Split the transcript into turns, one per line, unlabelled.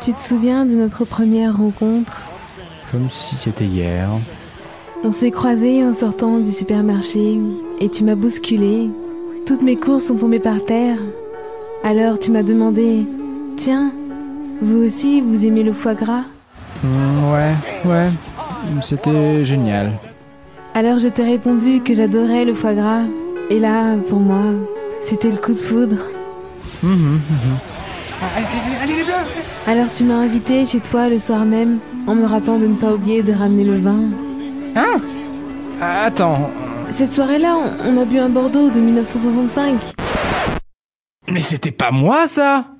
Tu te souviens de notre première rencontre
Comme si c'était hier.
On s'est croisés en sortant du supermarché et tu m'as bousculé. Toutes mes courses sont tombées par terre. Alors tu m'as demandé Tiens, vous aussi, vous aimez le foie gras
Mm, ouais, ouais. C'était génial.
Alors je t'ai répondu que j'adorais le foie gras. Et là, pour moi, c'était le coup de foudre.
Mhm, mhm.
Alors tu m'as invité chez toi le soir même, en me rappelant de ne pas oublier de ramener le vin.
Attends.
Cette soirée-là, on on a bu un Bordeaux de 1965.
Mais c'était pas moi ça